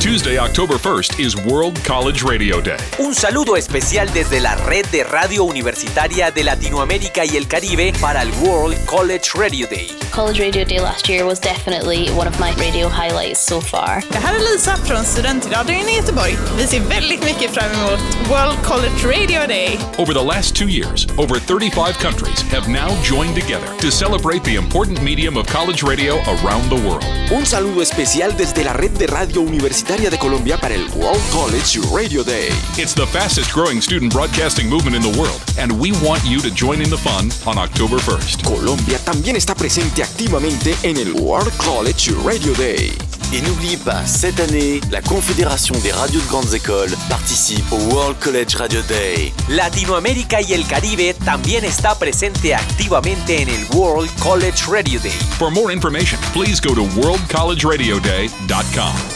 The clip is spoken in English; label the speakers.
Speaker 1: Tuesday, October 1st is World College Radio Day.
Speaker 2: Un saludo especial desde la red de radio universitaria de Latinoamérica y el Caribe para el World College Radio Day.
Speaker 3: College Radio Day last year was definitely one of my radio highlights so far.
Speaker 4: Det här är Lisa från Studentradion i Göteborg. Vi ser väldigt mycket fram emot World College Radio Day.
Speaker 1: Over the last two years, over 35 countries have now joined together to celebrate the important medium of college radio around the world.
Speaker 5: Un saludo especial desde la red de radio universitaria de Colombia para el World College Radio Day.
Speaker 1: It's the fastest growing student broadcasting movement in the world, and we want you to join in the fun on October 1st.
Speaker 5: Colombia también está presente activamente en el World College Radio Day.
Speaker 6: Et n'oublie pas, cette année, la Confédération des radios de grandes écoles participe au World College Radio Day.
Speaker 2: Latinoamérica y el Caribe también está presente activamente en el World College Radio Day.
Speaker 1: For more information, please go to worldcollegeradioday.com.